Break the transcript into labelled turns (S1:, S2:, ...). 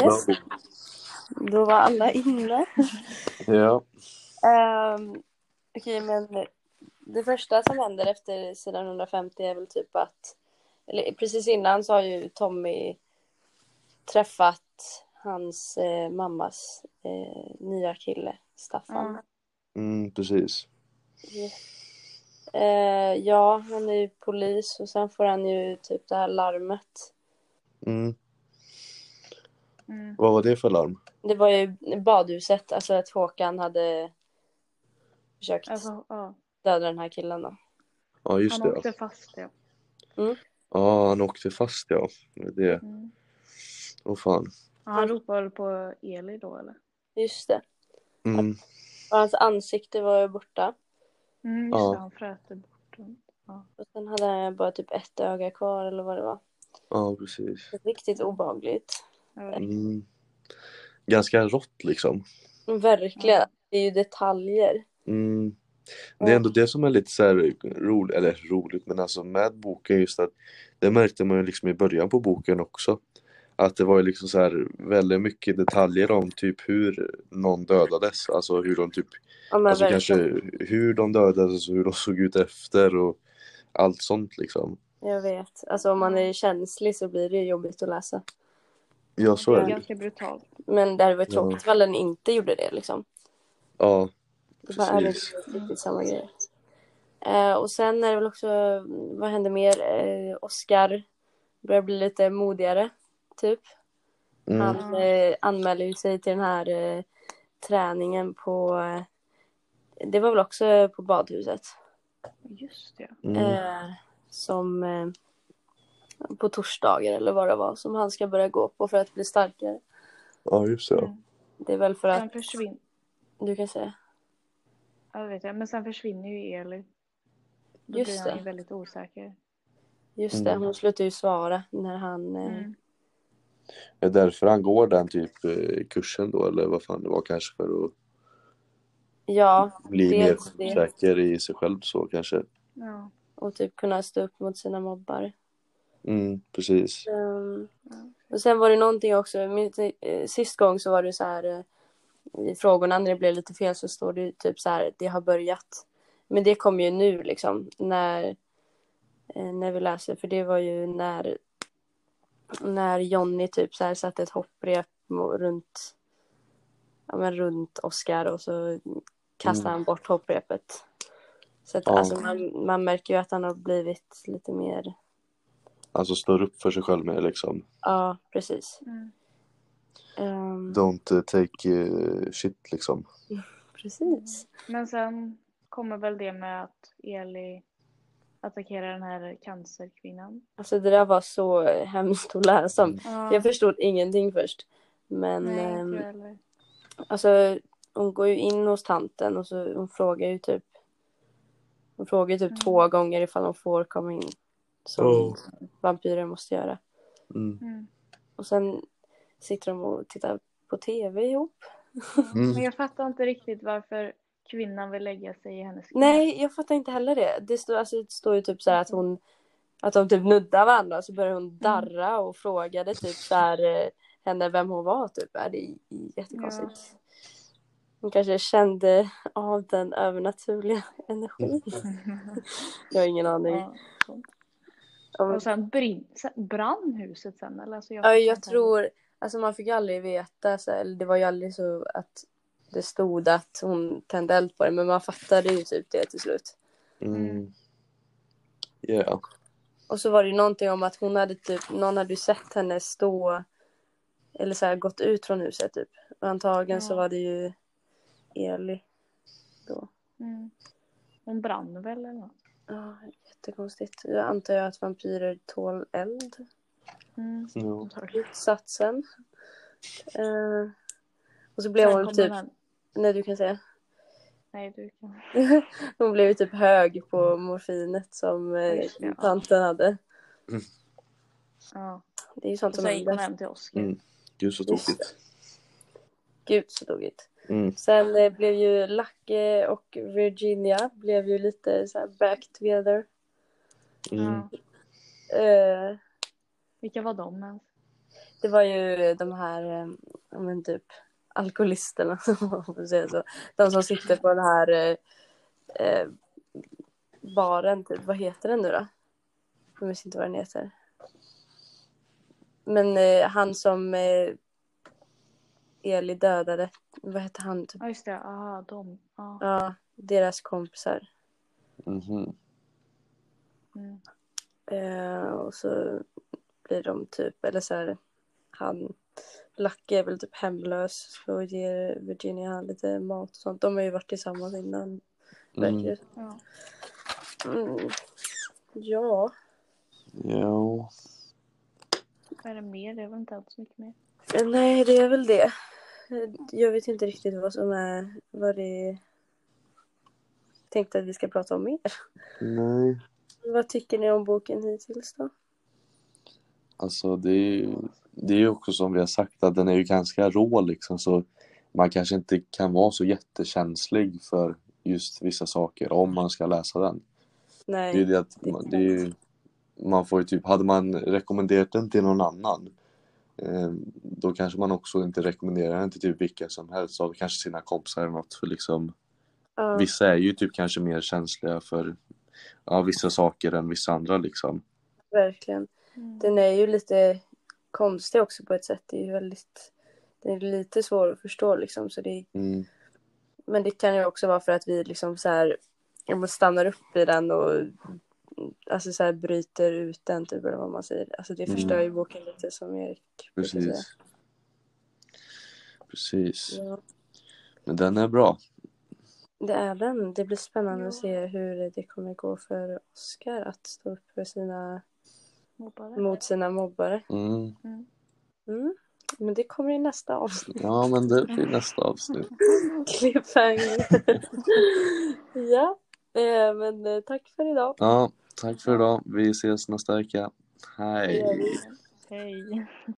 S1: Yes.
S2: Då var alla inne.
S1: Ja.
S2: Ehm, Okej, men det första som händer efter sidan 150 är väl typ att... Eller precis innan så har ju Tommy träffat hans eh, mammas eh, nya kille, Staffan.
S3: Mm.
S1: Mm, precis.
S2: Eh, ja, han är ju polis och sen får han ju typ det här larmet.
S1: Mm.
S3: Mm.
S1: Vad var det för larm?
S2: Det var ju badhuset, alltså att Håkan hade försökt
S3: Alltså, ja.
S2: döda den här killen då.
S1: Ja, just
S3: Han
S1: det. alltså.
S3: åkte
S1: Ja,
S3: fast ja.
S1: ah, han åkte fast ja. Det.
S3: Mm.
S1: Åh fan.
S3: Han ropade på Eli då eller?
S2: Just det.
S1: Mm.
S2: Och hans ansikte var ju borta.
S3: Mm, just
S1: Ja.
S3: det, han fräter bort den.
S2: Och sen hade han bara typ ett öga kvar eller vad det var.
S1: Ja, precis.
S2: Riktigt obehagligt.
S3: Jag vet.
S1: Mm. Ganska rått liksom.
S2: Verkligen.
S3: Ja.
S2: Det är ju detaljer.
S1: Mm. Det är ändå det som är lite så här roligt, eller roligt, men alltså med boken just att det märkte man ju liksom i början på boken också. Att det var ju liksom så här väldigt mycket detaljer om typ hur någon dödades, alltså hur de typ,
S2: Ja, men
S1: alltså kanske
S2: verkligen.
S1: hur de dödades och hur de såg ut efter och allt sånt liksom.
S2: Jag vet. Alltså om man är känslig så blir det ju jobbigt att läsa.
S1: Ja, så
S3: det
S1: är
S3: är
S1: det.
S3: ganska brutalt.
S2: Men det hade varit
S1: Ja.
S2: tråkigt ifall den inte gjorde det liksom.
S1: Ja,
S2: Det bara är det
S1: Precis.
S2: inte riktigt samma grej. Eh, och sen är det väl också, vad händer mer? Eh, Oscar börjar bli lite modigare, typ.
S1: mm.
S2: Han eh, anmäler ju sig till den här eh, träningen på, eh, det var väl också på badhuset.
S3: Just det.
S1: Mm.
S2: Eh, som eh, på torsdagar eller vad det var som han ska börja gå på för att bli starkare.
S1: ja just det.
S2: mm.
S1: ja.
S2: Det är väl för att,
S3: Sen försvinner,
S2: du kan säga.
S3: ja, det vet jag, men sen försvinner ju Eli. Då
S2: Just
S3: blir han
S2: det.
S3: ju väldigt osäker.
S2: Just det,
S1: Mm.
S2: hon slutar ju svara när han... eh,
S3: Mm.
S1: Är det därför han går den typ eh, kursen då, eller vad fan det var kanske för att
S2: Ja,
S1: bli mer
S2: Dels det.
S1: självsäker i sig själv så kanske.
S3: Ja.
S2: och typ kunna stå upp mot sina mobbar.
S1: Mm, precis.
S2: Ehm, och sen var det någonting också, min, eh, sist gång så var det så här eh, i frågorna när det blev lite fel så står det ju typ så här det har börjat. Men det kom ju nu liksom när, eh, när vi läser för det var ju när, när Jonny typ så här satte ett hopprep mo- runt, ja, men runt Oscar och så kastade
S1: Mm.
S2: han bort hopprepet. Så att,
S1: Ja.
S2: alltså, man, man märker ju att han har blivit lite mer,
S1: Alltså står upp för sig själv med liksom.
S2: ja precis.
S3: Mm.
S2: Ehm,
S1: Don't eh, take eh, shit liksom.
S2: Precis.
S3: Men sen kommer väl det med att Eli attackerar den här cancerkvinnan.
S2: Alltså det där var så hemskt att läsa om.
S3: Ja.
S2: Jag förstod ingenting först. Men
S3: Mm. Nej,
S2: ehm,
S3: inte jag heller.
S2: alltså hon går ju in hos tanten och så hon frågar ju typ hon frågar ju typ
S3: Mm.
S2: två gånger ifall hon får komma in. Som
S1: Oh.
S2: vampyrer måste göra.
S1: Mm.
S3: Mm.
S2: Och sen sitter de och tittar på tv ihop.
S1: Mm.
S3: Men jag fattar inte riktigt varför kvinnan vill lägga sig i hennes knä.
S2: Nej, jag fattar inte heller det. Det står, alltså, det står ju typ så här att hon att de typ nuddar varandra och så börjar
S3: Mm.
S2: hon darra och frågade typ så här eh, henne vem hon var typ. Ja, Det är jättekonstigt. Hon kanske kände av den övernaturliga energin.
S3: Mm.
S2: Jag har ingen aning.
S3: Ja.
S2: Ja, men-
S3: Och sen brin- sen brann huset sen eller? Alltså
S2: Ja,
S3: fattar
S2: jag
S3: inte
S2: tror, alltså man fick aldrig veta, så, eller det var ju aldrig så att det stod att hon tände eld på det, men man fattade ju typ det till slut.
S1: Mm. Yeah.
S2: Och så var det ju någonting om att hon hade typ, någon hade ju sett henne stå eller så här gått ut från huset typ. Och antagligen så
S3: Ja.
S2: var det ju Eli då.
S3: heller. Mm. Hon brann väl eller något?
S2: Ja, jättekonstigt. Jag antar jag att vampyrer tål eld,
S3: Mm.
S1: Ja.
S3: Antagligen.
S2: utsatsen. Eh, och så blev
S3: Sen
S2: hon
S3: kom
S2: typ,
S3: den här-
S2: nej du kan säga.
S3: Nej, du kan.
S2: Hon blev ju typ hög på morfinet som eh,
S3: Just det, ja.
S2: tanten hade.
S3: Ja.
S2: Det är ju
S3: Och
S2: sånt som
S3: sen gick hon
S2: händer.
S3: hem till Oskar.
S1: Mm. Gud så tokigt.
S2: Gud så tokigt.
S1: Mm.
S2: Sen eh, blev ju Lacke och Virginia blev ju lite så här back together.
S1: Mm.
S3: Ja.
S2: Eh,
S3: Vilka var de ens?
S2: Det var ju de här, eh, ja, men typ alkoholisterna, om man får säga så. De som sitter på den här eh, eh, baren, typ. Vad heter den nu då? Jag minns inte vad den heter. Men eh, han som eh, Eli dödade, vad hette han? Typ?
S3: Ja, just det. Aha, de. Ja.
S2: Ja, deras kompisar.
S1: Mhm.
S3: Mm.
S2: Eh, och så blir de typ, eller så här, han, Lucky är väl typ hemlös och ger Virginia han lite mat och sånt. De har ju varit tillsammans innan, verkar
S1: Mm.
S2: det
S3: ja.
S2: mm. Ja,
S1: Ja.
S3: Vad är det mer? Det var inte alls mycket mer.
S2: Eh, nej det är väl det. Eh, Jag vet inte riktigt vad som är, vad det tänkte att vi ska prata om mer.
S1: Nej.
S2: Vad tycker ni om boken hittills då?
S1: Alltså det är ju det är ju också som vi har sagt att den är ju ganska rå liksom så man kanske inte kan vara så jättekänslig för just vissa saker om man ska läsa den. Det är ju
S2: Nej,
S1: det att man, det är ju, man får ju typ, hade man rekommenderat den till någon annan eh, då kanske man också inte rekommenderar den till typ vilka som helst av kanske sina kompisar eller något för liksom
S2: ja,
S1: vissa är ju typ kanske mer känsliga för ja, vissa saker än vissa andra liksom.
S2: verkligen.
S3: Mm.
S2: Den är ju lite konstig också på ett sätt. Det är ju väldigt, den är lite svår att förstå liksom. Så det,
S1: Mm.
S2: men det kan ju också vara för att vi liksom så här, ja, men stannar upp i den och alltså så här bryter ut den typ eller vad man säger. Alltså det
S1: Mm.
S2: förstör ju boken lite som Erik brukar säga.
S1: Precis. Precis.
S2: Ja,
S1: Men den är bra.
S2: det är den. Det blir spännande
S3: Ja.
S2: att se hur det kommer gå för Oscar att stå upp för sina,
S3: Mobbare.
S2: mot sina mobbare.
S1: Mm.
S3: Mm.
S2: Mm. Men det kommer i nästa avsnitt.
S1: Ja, men det blir nästa avsnitt.
S2: Cliffhanger. ja, eh, men eh, tack för idag.
S1: Ja, tack för idag. Vi ses nästa vecka. Hej.
S2: Det gör vi.
S3: Hej.